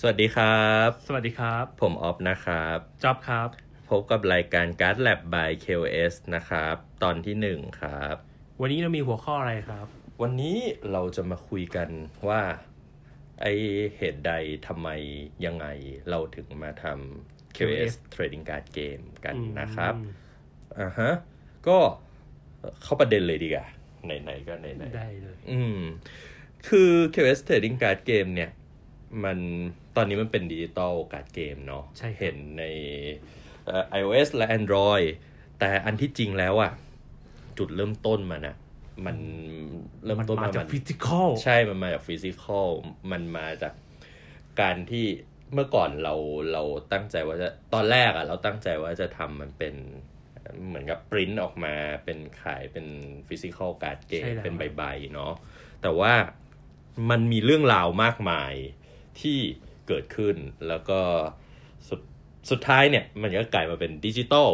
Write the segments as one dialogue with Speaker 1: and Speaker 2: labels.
Speaker 1: สวัสดีครับ
Speaker 2: สวัสดีครับ
Speaker 1: ผมออฟนะครับ
Speaker 2: จ๊อบครับ
Speaker 1: พบกับรายการ Card Lab by KOS นะครับ ตอนที่หนึ่งครับ
Speaker 2: วันนี้เรามีหัวข้ออะไรครับ
Speaker 1: วันนี้เราจะมาคุยกันว่า ไอเหตุใดทำไมยังไงเราถึงมาทำ KOS
Speaker 2: KOS
Speaker 1: Trading Card Game กัน
Speaker 2: อืม
Speaker 1: นะครับ อ่าฮะ ก็เข้าประเด็นเลยดีกว่าไหนๆก็ไหนๆ
Speaker 2: ได้เลย
Speaker 1: อืม คือ QS Trading Card Game เนี่ย มันตอนนี้มันเป็นดิจิตอลการ์ดเกมเนาะ
Speaker 2: ใช่ครับ
Speaker 1: เห็นในเอ่อ iOS และ Android แต่อันที่จริงแล้วอะจุดเริ่มต้นมันอะมันเริ่ม
Speaker 2: มัน
Speaker 1: ต้น
Speaker 2: มาจากฟิสิกอล
Speaker 1: ใช่ มันมาจากฟิสิกอลมันมาจากการที่เมื่อก่อนเราเราตั้งใจว่าจะตอนแรกอะเราตั้งใจว่าจะทำมันเป็นเหมือนกับปริ้นออกมาเป็นขายเป็นฟิสิกอลการ์ดเกม
Speaker 2: ใช่แล้ว
Speaker 1: เป็นใบๆเนาะแต่ว่ามันมีเรื่องราวมากมายที่เกิดขึ้นแล้วก็สุดสุดท้ายเนี่ยมันก็กลายมาเป็นดิจิตอล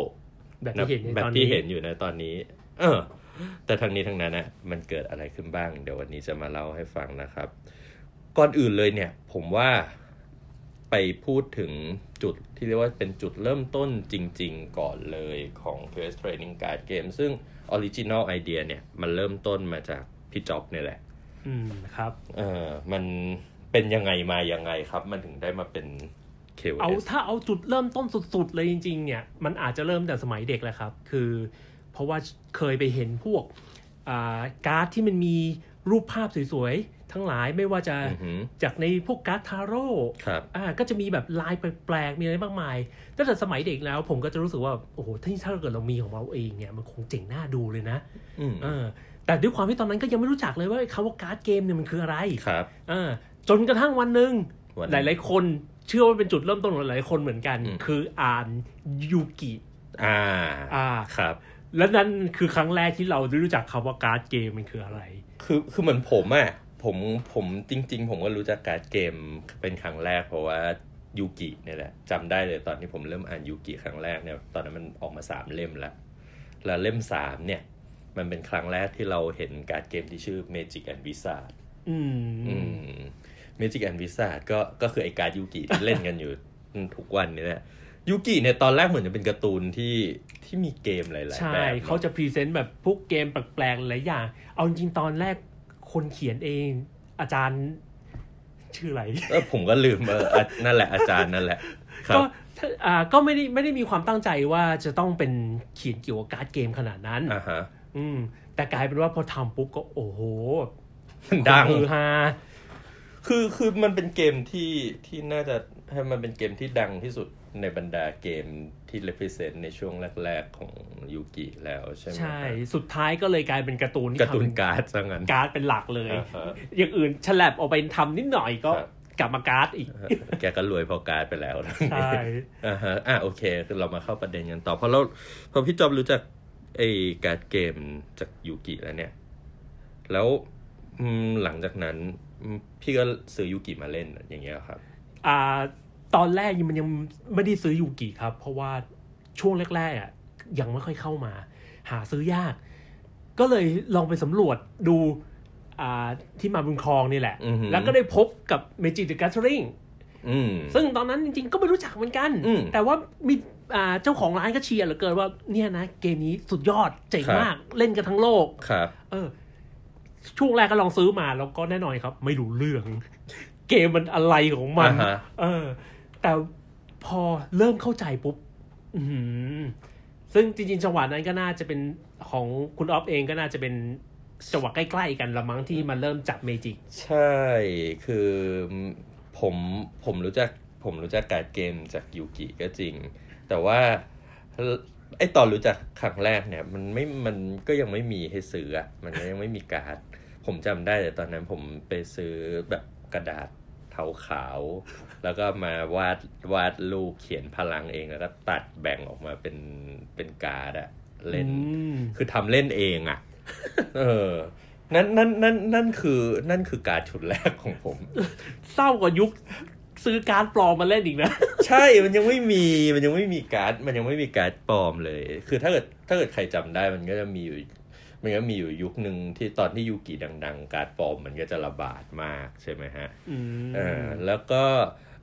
Speaker 2: แบบที่เห็นใน
Speaker 1: แบบ
Speaker 2: ตอน
Speaker 1: ที่
Speaker 2: นี้
Speaker 1: เห็นอยู่ในตอนนี้ เออ แต่ทั้งนี้ทั้งนั้นนะมันเกิดอะไรขึ้นบ้าง เดี๋ยววันนี้จะมาเล่าให้ฟังนะครับ ก่อนอื่นเลยเนี่ย ผมว่าไปพูดถึงจุดที่เรียกว่าเป็นจุดเริ่มต้นจริง ๆ ก่อนเลยของ QS Training Card Game ซึ่ง Original Idea เนี่ยมันเริ่มต้นมาจากพี่จ็อบเนี่ยแหละ
Speaker 2: อืมครับ
Speaker 1: เออ มันเป็นยังไงมายังไงครับ มันถึงได้มาเป็น
Speaker 2: เอา
Speaker 1: QS
Speaker 2: ถ้าเอาจุดเริ่มต้นสุดๆ เลยจริง ๆ เนี่ย มันอาจจะเริ่มแต่สมัยเด็กแหละครับ คือ เพราะว่าเคยไปเห็นพวกอ่าการ์ดที่มันมีรูปภาพสวยๆ ทั้งหลายไม่ว่าจะ
Speaker 1: อือหือ
Speaker 2: จากในพวกการ์ดทาโร่
Speaker 1: ครับ
Speaker 2: อ่าก็จะมีแบบลายแปลกๆ มีอะไรมากมาย ตั้งแต่สมัยเด็กแล้วผมก็จะรู้สึกว่าโอ้โหถ้าถ้าเกิดเรามีของเราเองเนี่ยมันคงเจ๋งน่าดูเลยนะ
Speaker 1: อืม
Speaker 2: เออแต่ด้วยความที่ตอนนั้นก็ยังไม่รู้จักเลยว่าไอ้คำว่าการ์ดเกมเนี่ยมันคืออะไร
Speaker 1: ครับ
Speaker 2: เออจนกระทั่งวันหนึ่ง
Speaker 1: วัน
Speaker 2: ห
Speaker 1: นี้
Speaker 2: ลายๆคนเชื่อว่าเป็นจุดเริ่มต้นของหลายๆคนเหมือนกัน
Speaker 1: อืม
Speaker 2: คืออ่านยูกิ
Speaker 1: อ่า
Speaker 2: อ่า
Speaker 1: ครับ
Speaker 2: และนั่นคือครั้งแรกที่เราได้รู้จักคำว่าการ์ดเกมมันคืออะไร
Speaker 1: คือคือเหมือนผมอะ่ะผมผมจริง ๆ ผมก็รู้จักการ์ดเกมเป็นครั้งแรกเพราะว่ายูกิเนี่ยแหละจำได้เลยตอนที่ผมเริ่มอ่านยูกิครั้งแรกเนี่ยตอนนั้นมันออกมาสามเล่มแล้ว แล้วเล่มสามเนี่ย มันเป็นครั้งแรกที่เราเห็นการ์ดเกมที่ชื่อ Magic and Wizard
Speaker 2: อืม
Speaker 1: อืม Magic and Wizard ก็ก็คือไอการ์ดยูกิที่เล่นกันอยู่ ทุกวันนี่แหละยูกิเนี่ยตอนแรกเหมือนจะเป็นการ์ตูนที่ที่มีเกมหลายๆ
Speaker 2: ใช่
Speaker 1: แบบ
Speaker 2: เขาจะพรีเซนต์แบบพวกเกมแปลกๆหลายอย่าง เอาจริงๆตอนแรกคนเขียนเอง อาจารย์ชื่ออะไร
Speaker 1: เออผมก็ลืมเอออ่ะนั่นแหละอาจารย์นั่นแหละครับ
Speaker 2: ก็อ่าก็ไม่ได้ไม่ได้มีความตั้งใจว่าจะต้องเป็นเขียนเกี่ยวกับการ์ดเกมขนาดนั้น
Speaker 1: อ่าฮะ
Speaker 2: อืม แต่กลายเป็นว่าพอทำปุ๊บก็โอ้โห
Speaker 1: ดัง
Speaker 2: คือฮา
Speaker 1: คือคือมันเป็นเกมที่ที่น่าจะให้มันเป็นเกมที่ดังที่สุดในบรรดาเกมที่ represent ในช่วงแรก ๆ ของยูกิแล้วใช่ไหม
Speaker 2: ใช่ สุดท้ายก็เลยกลายเป็นการ์ตูนที่
Speaker 1: การ์ตูน
Speaker 2: ทำ
Speaker 1: การ์ดซะงั้น
Speaker 2: การ์ดเป็นหลักเลย
Speaker 1: อ่าฮะ
Speaker 2: อย่างอื่นฉลับออกไปทำนิดหน่อยก็
Speaker 1: ครับ
Speaker 2: กลับมาการ์ด อีก
Speaker 1: แกก็รวยพอการ์ดไปแล้วนะ
Speaker 2: ใช่
Speaker 1: อ่าฮะอ่ะโอเคคือเรามาเข้าประเด็นกันต่อ เพราะเราเพอพี่จอบรู้จักไอ้การ์ดเกมจากยูกิแล้วเนี่ย แล้วอืมหลังจากนั้นอืมพี่ก็ซื้อยูกิมาเล่นอย่างเงี้ยครับ
Speaker 2: อ่าตอนแรกมันยังไม่ได้ซื้อยูกิครับ เพราะว่าช่วงแรกๆอ่ะยังไม่ค่อยเข้ามา หาซื้อยาก ก็เลยลองไปสำรวจดูอ่าที่มาบุญคลองนี่แหละ
Speaker 1: อือหือ
Speaker 2: แล้วก็ได้พบกับ Magic the Gathering
Speaker 1: อืม
Speaker 2: ซึ่งตอนนั้นจริงๆ ก็ไม่รู้จักเหมือนกัน
Speaker 1: อืม
Speaker 2: แต่ว่ามีอ่าเจ้าของร้านก็เชียร์เหลือเกินว่าเนี่ยนะ เกมนี้สุดยอดเจ๋ง
Speaker 1: ครับ
Speaker 2: มากเล่นกันทั้งโลก
Speaker 1: ครับ
Speaker 2: เออ ช่วงแรกก็ลองซื้อมาแล้วก็แน่นอนครับ ไม่รู้เรื่อง เกมมันอะไรของมัน
Speaker 1: อ่าฮะ
Speaker 2: เออ แต่พอเริ่มเข้าใจปุ๊บ อื้อหือซึ่งจริงๆจังหวะนั้นก็น่าจะเป็นของคุณออฟเองก็น่าจะเป็นจังหวะใกล้ๆกันละมั้งที่มันเริ่มจับเมจิก
Speaker 1: ใช่ คือผมผมรู้จักผมรู้จักการ์ดเกมจากยูกิก็จริง แต่ว่าไอตอนรู้จักครั้งแรกเนี่ย มันไม่มันก็ยังไม่มีให้ซื้ออะมันก็ยังไม่มีการ์ด ผมจำได้แต่ตอนนั้นผมไปซื้อแบบกระดาษเทาขาว แล้วก็มาวาดวาดรูปเขียนพลังเองแล้วก็ตัดแบ่งออกมาเป็นเป็นการ์ดอะเล่น คือทำเล่นเองอะ่ะ เออ นั่นนั่นนั่นนั่นคือ นั่นคือการดชุดแรกของผม
Speaker 2: เศร้ากว่ายุค ซื้อการ์ดปลอมมาเล่นอีกนะ
Speaker 1: ใช่มันยังไม่มีมันยังไม่มีการ์ดมันยังไม่มีการ์ดปลอมเลย คือถ้าเกิดถ้าเกิดใครจำได้มันก็จะมีอยู่มันก็มีอยู่ยุคหนึ่งที่ตอนที่ยูกิดัง ๆ การ์ดปลอมมันก็จะระบาดมากใช่ไหมฮะ
Speaker 2: อืม
Speaker 1: เออแล้วก็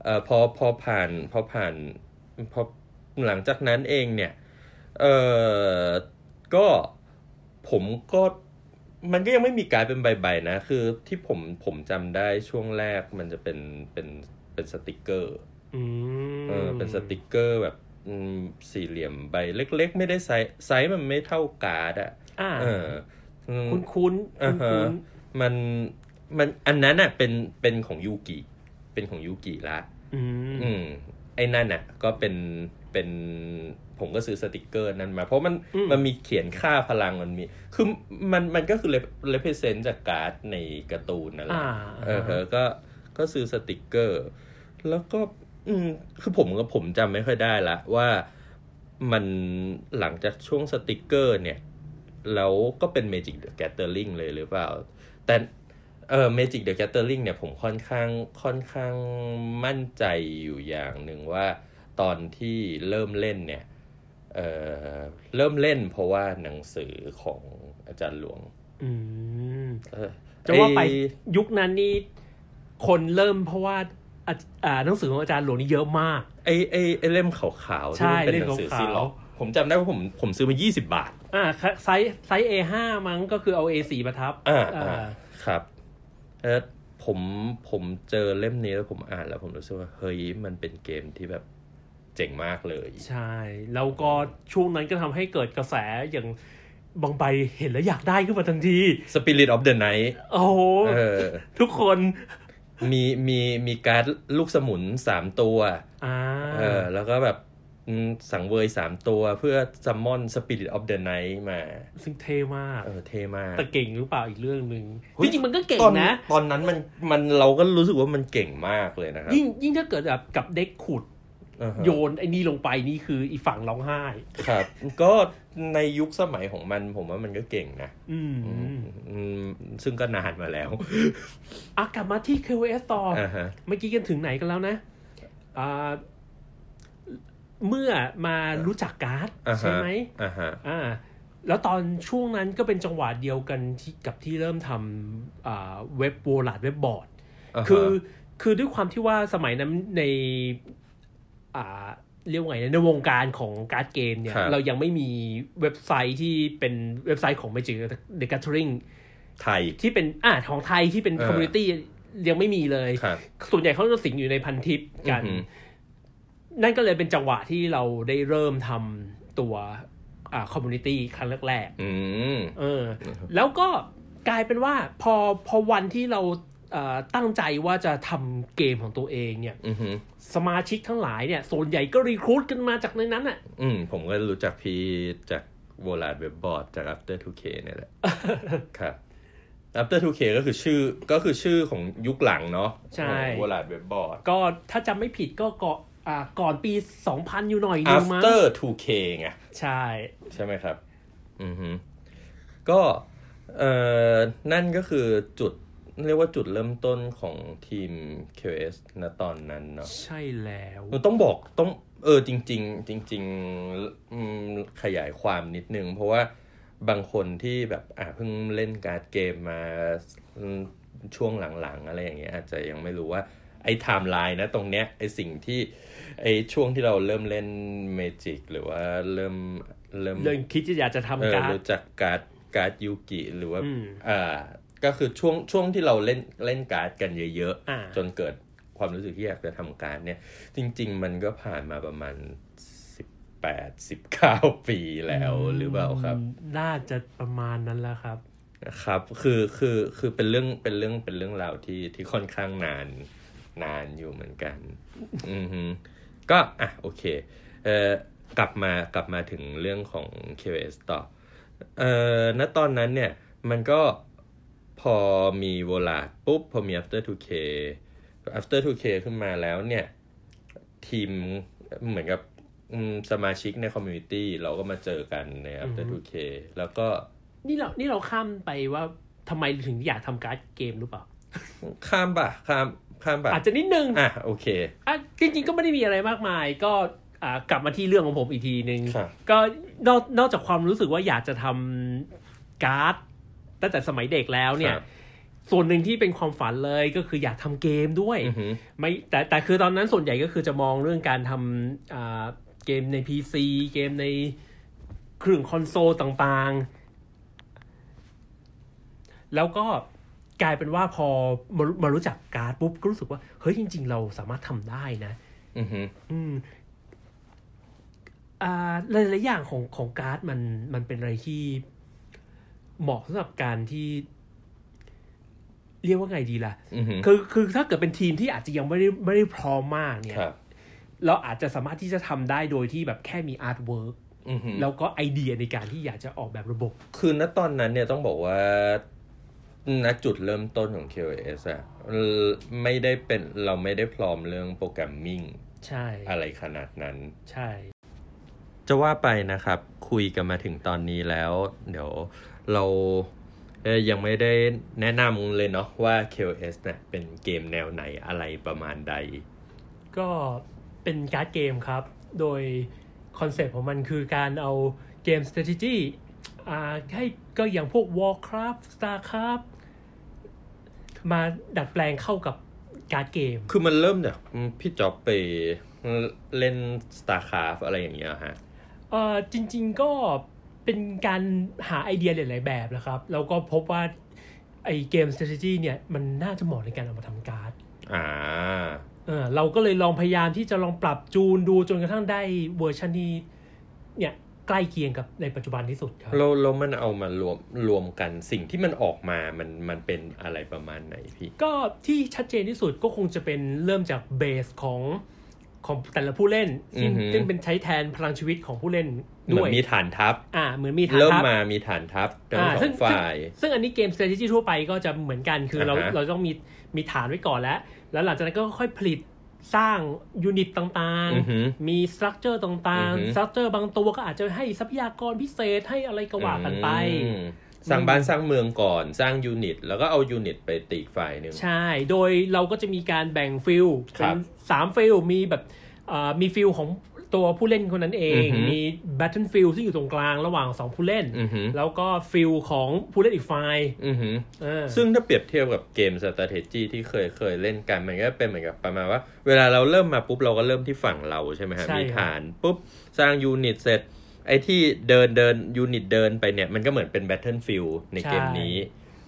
Speaker 1: เอ่อพอพอผ่านพอผ่านพอหลังจากนั้นเองเนี่ยเออก็ผมก็มันก็ยังไม่มีการดเป็นใบๆนะ คือที่ผมผมจำได้ช่วงแรกมันจะเป็นเป็นเป็นสติกเกอร์
Speaker 2: อืม
Speaker 1: เออเป็นสติกเกอร์แบบอืมสี่เหลี่ยมใบเล็ก ๆ ไม่ได้ไซส์ไซส์มันไม่เท่าการ์ดอะ
Speaker 2: อ่า
Speaker 1: เอออืม
Speaker 2: คุ้นคุ้นๆ
Speaker 1: อ่าฮะ
Speaker 2: คุ้น
Speaker 1: มันมันอันนั้นอ่ะเป็นเป็นของยูกิเป็นของยูกิละ
Speaker 2: ๆอืม
Speaker 1: อืมไอ้นั่นน่ะก็เป็นเป็นผมก็ซื้อสติกเกอร์นั้นมา เพราะมันมันมีเขียนค่าพลังมันมี คือมันมันก็คือเลเพเซนต์จากการ์ดในการ์ตูนนั่นแห
Speaker 2: อ่า
Speaker 1: ละเออเออก็ก็ซื้อสติกเกอร์ แล้วก็อืมคือผมก็ผมจำไม่ค่อยได้ละว่ามันหลังจากช่วงสติกเกอร์เนี่ย แล้วก็เป็น Magic the Gathering เลยหรือเปล่า แต่เออ Magic the Gathering เนี่ยผมค่อนข้างค่อนข้างมั่นใจอยู่อย่างหนึ่งว่าตอนที่เริ่มเล่นเนี่ยเออเริ่มเล่นเพราะว่าหนังสือของอาจารย์หลวง
Speaker 2: อืม
Speaker 1: เออ
Speaker 2: จะว่าไป
Speaker 1: อ้
Speaker 2: ยุคนั้นนี่คนเริ่มเพราะว่าอาอ่าหนังสือของอาจารย์หลวงนี่เยอะมาก
Speaker 1: ไอ้ไอ้ไอ้เล่มขาวๆ
Speaker 2: ใช่
Speaker 1: ที่มันเป็นหนังสือ
Speaker 2: เล่มขาวๆ
Speaker 1: ซีล็อกผมจำได้ว่าผมผมซื้อมา 20 บาท
Speaker 2: อ่าไซส์ไซส์ A5 มั้งก็คือเอา A4 มาทับ
Speaker 1: อ่า
Speaker 2: อ่า
Speaker 1: อ่าครับเออผมผมเจอเล่มนี้แล้วผมอ่านแล้วผมรู้สึกว่า เฮ้ยมันเป็นเกมที่แบบเจ๋งมากเลย
Speaker 2: ใช่ แล้วก็ช่วงนั้นก็ทำให้เกิดกระแสอย่างบางใบเห็นแล้วอยากได้ขึ้นมาทันที
Speaker 1: Spirit of the Night
Speaker 2: โอ้โห
Speaker 1: เออ
Speaker 2: ทุกคน
Speaker 1: มีมีมีการ์ดลูกสมุนสามตัว
Speaker 2: อ่า
Speaker 1: เออแล้วก็แบบอืมสังเวยสามตัวเพื่อซัมมอน Spirit of the Night มา
Speaker 2: ซึ่งเท่มาก
Speaker 1: เออเท่มาก
Speaker 2: แต่เก่งหรือเปล่าอีกเรื่องหนึ่ง
Speaker 1: เฮ้
Speaker 2: จ
Speaker 1: ย
Speaker 2: ริงๆมันก็เก่ง
Speaker 1: ตอน
Speaker 2: นะ
Speaker 1: ตอนนั้นมันมันเราก็รู้สึกว่ามันเก่งมากเลยนะครับ
Speaker 2: ยิ่งยิ่งถ้าเกิดแบบกับเด็กขุด
Speaker 1: อ่าฮะ
Speaker 2: โยนไอ้นี่ลงไปนี่คืออีฝั่งร้องไห้
Speaker 1: ครับ ก็ในยุคสมัยของมันผมว่ามันก็เก่งนะ
Speaker 2: อืม
Speaker 1: อืมซึ่งก็นานมาแล้ว
Speaker 2: อ่ะกลับมาที่ QS ต่ออ
Speaker 1: อ่าฮะ
Speaker 2: เมื่อกี้กันถึงไหนกันแล้วนะอ่าเมื่อมารู้จักการ์ด
Speaker 1: อ่าฮะ
Speaker 2: ใช่ไหม
Speaker 1: อ่าฮะ
Speaker 2: อ่า แล้วตอนช่วงนั้นก็เป็นจังหวะเดียวกันที่กับที่เริ่มทำอ่าเว็บโวลาดเว็บบอร์ด
Speaker 1: าฮะ
Speaker 2: คือคือด้วยความที่ว่าสมัยนั้นในอ่าเรียกว่าไงนะในวงการของการ์ดเกมเนี่ย เรายังไม่มีเว็บไซต์ที่เป็นเว็บไซต์ของ Magic the Gathering
Speaker 1: ไทย
Speaker 2: ที่เป็นอ่าของไทยที่เป็น
Speaker 1: เออ
Speaker 2: คอมมูนิตี้ยังไม่มีเลย
Speaker 1: ครับ
Speaker 2: ส่วนใหญ่เขาจะสิงอยู่ในพันทิปกัน
Speaker 1: อือหือ
Speaker 2: นั่นก็เลยเป็นจังหวะที่เราได้เริ่มทำตัวอ่าคอมมูนิตี้ครั้งแรก
Speaker 1: อืม
Speaker 2: ๆเออ แล้วก็กลายเป็นว่าพอพอวันที่เราเอ่อตั้งใจว่าจะทำเกมของตัวเองเนี่ย
Speaker 1: อืมฮึ
Speaker 2: สมาชิกทั้งหลายเนี่ย ส่วนใหญ่ก็รีครูดกันมาจากในนั้นอ่ะ
Speaker 1: อืมผมก็รู้จักพี่จากโบราณเว็บบอร์ดจาก After 2K เนี่ย แหละ ครับ After 2K ก็คือชื่อก็คือชื่อของยุคหลังเนาะ
Speaker 2: ใช่
Speaker 1: โบราณเว็บบอร์ด
Speaker 2: ก็ถ้าจำไม่ผิดก็ก่อนอ่าก่อนปี 2000 อยู่หน่อยนึงมั้ง
Speaker 1: After 2K ไง
Speaker 2: ใช่
Speaker 1: ใช่ไหมครับ อือฮึก็เอ่อนั่นก็คือจุด เรียกว่าจุดเริ่มต้นของทีม QS ณตอนนั้นเนาะ
Speaker 2: ใช่แล้ว
Speaker 1: ต้องบอกต้องเออจริง ๆ จริงๆอืมขยายความนิดนึง เพราะว่าบางคนที่แบบอ่ะเพิ่งเล่นการ์ดเกมมาอืมช่วงหลังๆ อะไรอย่างเงี้ยอาจจะยังไม่รู้ว่า ไอ้ไทม์ไลน์นะตรงเนี้ยไอ้สิ่งที่ไอ้ช่วงที่เราเริ่มเล่นเมจิกหรือว่าเริ่มเริ่ม
Speaker 2: เรื่องคิดจะอยากจะ
Speaker 1: เอ
Speaker 2: ทำ
Speaker 1: อ
Speaker 2: การ์ด
Speaker 1: รู้จักการ์ดการ์ดยูกิหรือว่า
Speaker 2: อืม
Speaker 1: อ่าก็คือช่วงช่วงที่เราเล่นเล่นการ์ดกันเยอะ
Speaker 2: อ่า
Speaker 1: จนเกิดความรู้สึกที่อยากจะทำการ์ดเนี่ย จริง ๆ มันก็ผ่านมาประมาณสิบแปดสิบเก้าปีแล้วหรือเปล่าครับ
Speaker 2: น่าจะประมาณนั้นแล้วครับ
Speaker 1: นะครับคือคือคือเป็นเรื่องเป็นเรื่องเป็นเรื่องราวที่ที่ค่อนข้างนานนานอยู่เหมือนกัน อือฮึก็อ่ะโอเคเอ่อกลับมากลับมาถึงเรื่องของ KOS ต่อเอ่อณตอนนั้นเนี่ยมันก็พอมีโวลาดปุ๊บ พอมี after 2k after 2k ขึ้นมาแล้วเนี่ย ทีมเหมือนกับอืมสมาชิกในคอมมูนิตี้เราก็มาเจอกันใน after 2k แล้วก็
Speaker 2: นี่เรานี่เราข้ามไปว่าทำไมถึงอยากทำการ์ดเกมหรือเปล่า
Speaker 1: ข้ามป่ะข้าม ข้ามไป
Speaker 2: อาจจะนิดนึง
Speaker 1: อ่ะโอเค
Speaker 2: อ่ะจริงๆก็ไม่ได้มีอะไรมากมาย ก็อ่ากลับมาที่เรื่องของผมอีกทีนึง
Speaker 1: ครับ
Speaker 2: ก็นอกนอกจากความรู้สึกว่าอยากจะทำการ์ดตั้งแต่สมัยเด็กแล้วเนี่ย
Speaker 1: ครับ
Speaker 2: ส่วนหนึ่งที่เป็นความฝันเลยก็คืออยากทำเกมด้วย
Speaker 1: อือหือ
Speaker 2: ไม่แต่แต่คือตอนนั้นส่วนใหญ่ก็คือจะมองเรื่องการทำอ่าเกมใน PC เกมในเครื่องคอนโซลต่างๆ แล้วก็กลายเป็นว่าพอมามารู้จักการ์ดปุ๊บก็รู้สึกว่าเฮ้ยจริง ๆ เราสามารถทำได้นะ
Speaker 1: อือหือ
Speaker 2: อืมอ่าหลายๆอย่างของของการ์ดมันมันเป็นอะไรที่เหมาะสำหรับการที่ เรียกว่าไงดีล่ะ
Speaker 1: อือหือ
Speaker 2: คือคือถ้าเกิดเป็นทีมที่อาจจะยังไม่ได้ไม่ได้พร้อมมากเนี่ย
Speaker 1: ครับ
Speaker 2: เราอาจจะสามารถที่จะทำได้โดยที่แบบแค่มีอาร์ตเวิร์ก
Speaker 1: อือหือ
Speaker 2: แล้วก็ไอเดียในการที่อยากจะออกแบบระบบ
Speaker 1: คือณตอนนั้นเนี่ยต้องบอกว่าณจุดเริ่มต้นของ KOS อะไม่ได้เป็นเราไม่ได้พร้อมเรื่องโปรแกรมมิ่ง
Speaker 2: ใช่
Speaker 1: อะไรขนาดนั้น
Speaker 2: ใช่
Speaker 1: จะว่าไปนะครับ คุยกันมาถึงตอนนี้แล้ว เดี๋ยวเราเอ่อยังไม่ได้แนะนำเลยเนาะว่า KOS เนี่ยเป็นเกมแนวไหนอะไรประมาณใด
Speaker 2: ก็เป็นการ์ดเกมครับ โดยคอนเซปต์ของมันคือการเอาเกม strategy อ่าให้ก็อย่างพวก Warcraft Starcraft มาดัดแปลงเข้ากับการ์ดเกม
Speaker 1: คือมันเริ่มจากพี่จอบไปเล่น StarCraft อะไรอย่างเงี้ยฮะ
Speaker 2: เออจริงๆก็เป็นการหาไอเดียหลายๆแบบนะครับ แล้วก็พบว่าไอเกม strategy เนี่ยมันน่าจะเหมาะในการเอามาทำการ์ด
Speaker 1: อ่า
Speaker 2: เออเราก็เลยลองพยายามที่จะลองปรับจูนดูจนกระทั่งได้เวอร์ชันที่เนี่ยใกล้เคียงกับในปัจจุบันที่สุดครับ
Speaker 1: เราเรามันเอามารวมรวมกันสิ่งที่มันออกมามันมันเป็นอะไรประมาณไหนพี่
Speaker 2: ก็ที่ชัดเจนที่สุดก็คงจะเป็นเริ่มจากเบสของของแต่ละผู้เล่นซึ่ง
Speaker 1: อือหือ
Speaker 2: ซึ่งเป็นใช้แทนพลังชีวิตของผู้เล่น
Speaker 1: เหมื
Speaker 2: ด้
Speaker 1: อ
Speaker 2: วย
Speaker 1: นมีฐานทัพ
Speaker 2: อ่าเหมือนมีฐาน
Speaker 1: เริ่ม
Speaker 2: ทัพ
Speaker 1: มามีฐานทัพทั้งสอ
Speaker 2: ซึ่
Speaker 1: งฝ่าย
Speaker 2: ซึ่งซึ่งอันนี้เกม strategy ทั่วไปก็จะเหมือนกันคือเรา
Speaker 1: อ่าฮะ
Speaker 2: เราต้องมีมีฐานไว้ก่อนแล้ว แล้วหลังจากนั้นก็ค่อยผลิตสร้างยูนิตต่าง
Speaker 1: อือหือ
Speaker 2: ๆ มีสตรัคเจอร์ต่าง
Speaker 1: อือฮึ
Speaker 2: ๆสตรัคเจอร์บางตัวก็อาจจะให้ทรัพยากรพิเศษให้อะไรก็ว่ากันไป
Speaker 1: อืมสร้างบ้านสร้างเมืองก่อนสร้างยูนิต แล้วก็เอายูนิตไปตีอีกฝ่ายหนึ่ง
Speaker 2: ใช่ โดยเราก็จะมีการแบ่งฟิล
Speaker 1: ครั
Speaker 2: เป็
Speaker 1: บ
Speaker 2: นสามฟิลมีแบบเอ่อมีฟิลของตัวผู้เล่นคนนั้นเอง
Speaker 1: อือฮึ
Speaker 2: มีแบทเทิลฟิลซึ่งอยู่ตรงกลางระหว่างสองผู้เล่น
Speaker 1: อือหือ
Speaker 2: แล้วก็ฟิลของผู้เล่นอีกฝ่าย
Speaker 1: อือหือ
Speaker 2: เออ
Speaker 1: ซึ่งถ้าเปรียบเทียบกับเกม strategy ที่เคยเคยเล่นกันมันก็เป็นเหมือนกับประมาณว่า เวลาเราเริ่มมาปุ๊บเราก็เริ่มที่ฝั่งเราใช่ไหมฮะ
Speaker 2: ใช่
Speaker 1: มี
Speaker 2: ครับ
Speaker 1: ฐานปุ๊บสร้างยูนิตเสร็จ ไอ้ที่เดินเดินยูนิตเดินไปเนี่ยมันก็เหมือนเป็น battlefield ในเกมนี้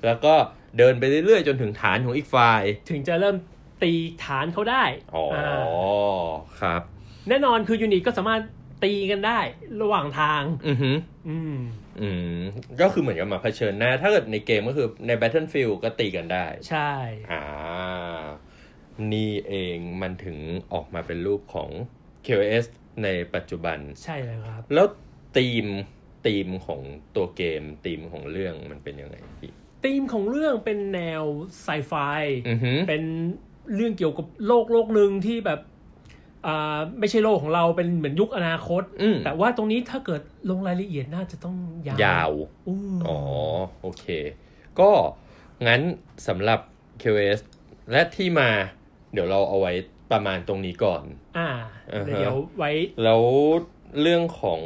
Speaker 1: แล้วก็เดินไปเรื่อยๆ จนถึงฐานของอีกฝ่าย
Speaker 2: ถึงจะเริ่มตีฐานเขาได้
Speaker 1: อ๋ออาครับ
Speaker 2: แน่นอนคือยูนิตก็สามารถตีกันได้ระหว่างทาง
Speaker 1: อือหือ
Speaker 2: อืม
Speaker 1: อืม ก็คือเหมือนกับมาเผชิญหน้า ถ้าเกิดในเกมก็คือใน Battlefield ก็ตีกันได้
Speaker 2: ใช่
Speaker 1: อ่า นี่เองมันถึงออกมาเป็นรูปของ QS ในปัจจุบัน
Speaker 2: ใช่แล้วครับ
Speaker 1: แล้วธีมธีมของตัวเกมธีมของเรื่องมันเป็นยังไงพี่
Speaker 2: ธีมของเรื่องเป็นแนวไซไฟ
Speaker 1: อือหือ
Speaker 2: เป็นเรื่องเกี่ยวกับโลกโลกหนึ่งที่แบบอ่าไม่ใช่โลกของเราเป็นเหมือนยุคอนาคต
Speaker 1: อืม
Speaker 2: แต่ว่าตรงนี้ถ้าเกิดลงรายละเอียดน่าจะต้องยาวย
Speaker 1: าว
Speaker 2: อืม
Speaker 1: อ๋อ โอเค ก็งั้นสำหรับ QS และที่มาเดี๋ยวเราเอาไว้ประมาณตรงนี้ก่อน
Speaker 2: อ่า
Speaker 1: อ่าฮะ
Speaker 2: เดี๋ยวไว้
Speaker 1: แล้วเรื่องของ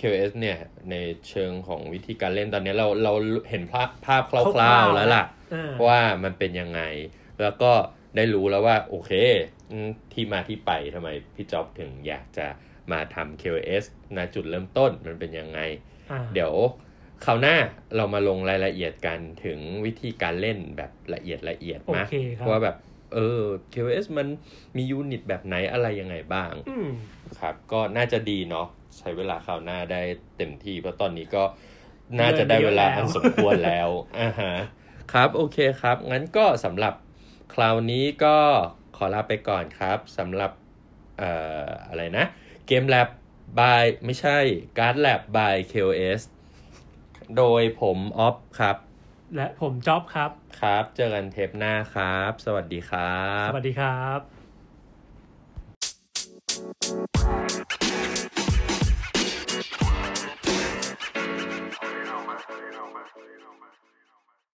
Speaker 1: QS เนี่ยในเชิงของวิธีการเล่นตอนนี้เราเราเห็นภาพภาพค
Speaker 2: ค
Speaker 1: ร่า
Speaker 2: ร่าว ว
Speaker 1: ๆ
Speaker 2: ๆ
Speaker 1: แล้วล่ะ
Speaker 2: อ่า
Speaker 1: ว่ามันเป็นยังไง แล้วก็ได้รู้แล้วว่า โอเคอืมที่มาที่ไปทำไมพี่จ๊อบถึงอยากจะมาทำ QS ณจุดเริ่มต้นมันเป็นยังไง
Speaker 2: อ่า
Speaker 1: เดี๋ยวคราวหน้าเรามาลงรายละเอียดกันถึงวิธีการเล่นแบบละเอียดละเอียด
Speaker 2: โอ
Speaker 1: มาก
Speaker 2: เคครับ
Speaker 1: ว่าแบบ เออ QS มันมียูนิตแบบไหนอะไรยังไงบ้าง
Speaker 2: อืม
Speaker 1: ครับก็น่าจะดีเนาะใช้เวลาคราวหน้าได้เต็มที่ เพราะตอนนี้ก็น่าจะได้เวลาอันสมควรแล้วอ่าฮะครับโอเคครับ งั้นก็สำหรับคราวนี้ก็ขอลาไปก่อนครับสำหรับเอ่ออะไรนะเกมแลบบายไม่ใช่การ์ดแลบบาย KOS โดยผมออฟครับ
Speaker 2: และผมจ๊อบครับ
Speaker 1: ครับ เจอกันเทปหน้าครับ สวัสดีครับ
Speaker 2: สวัสดีครับ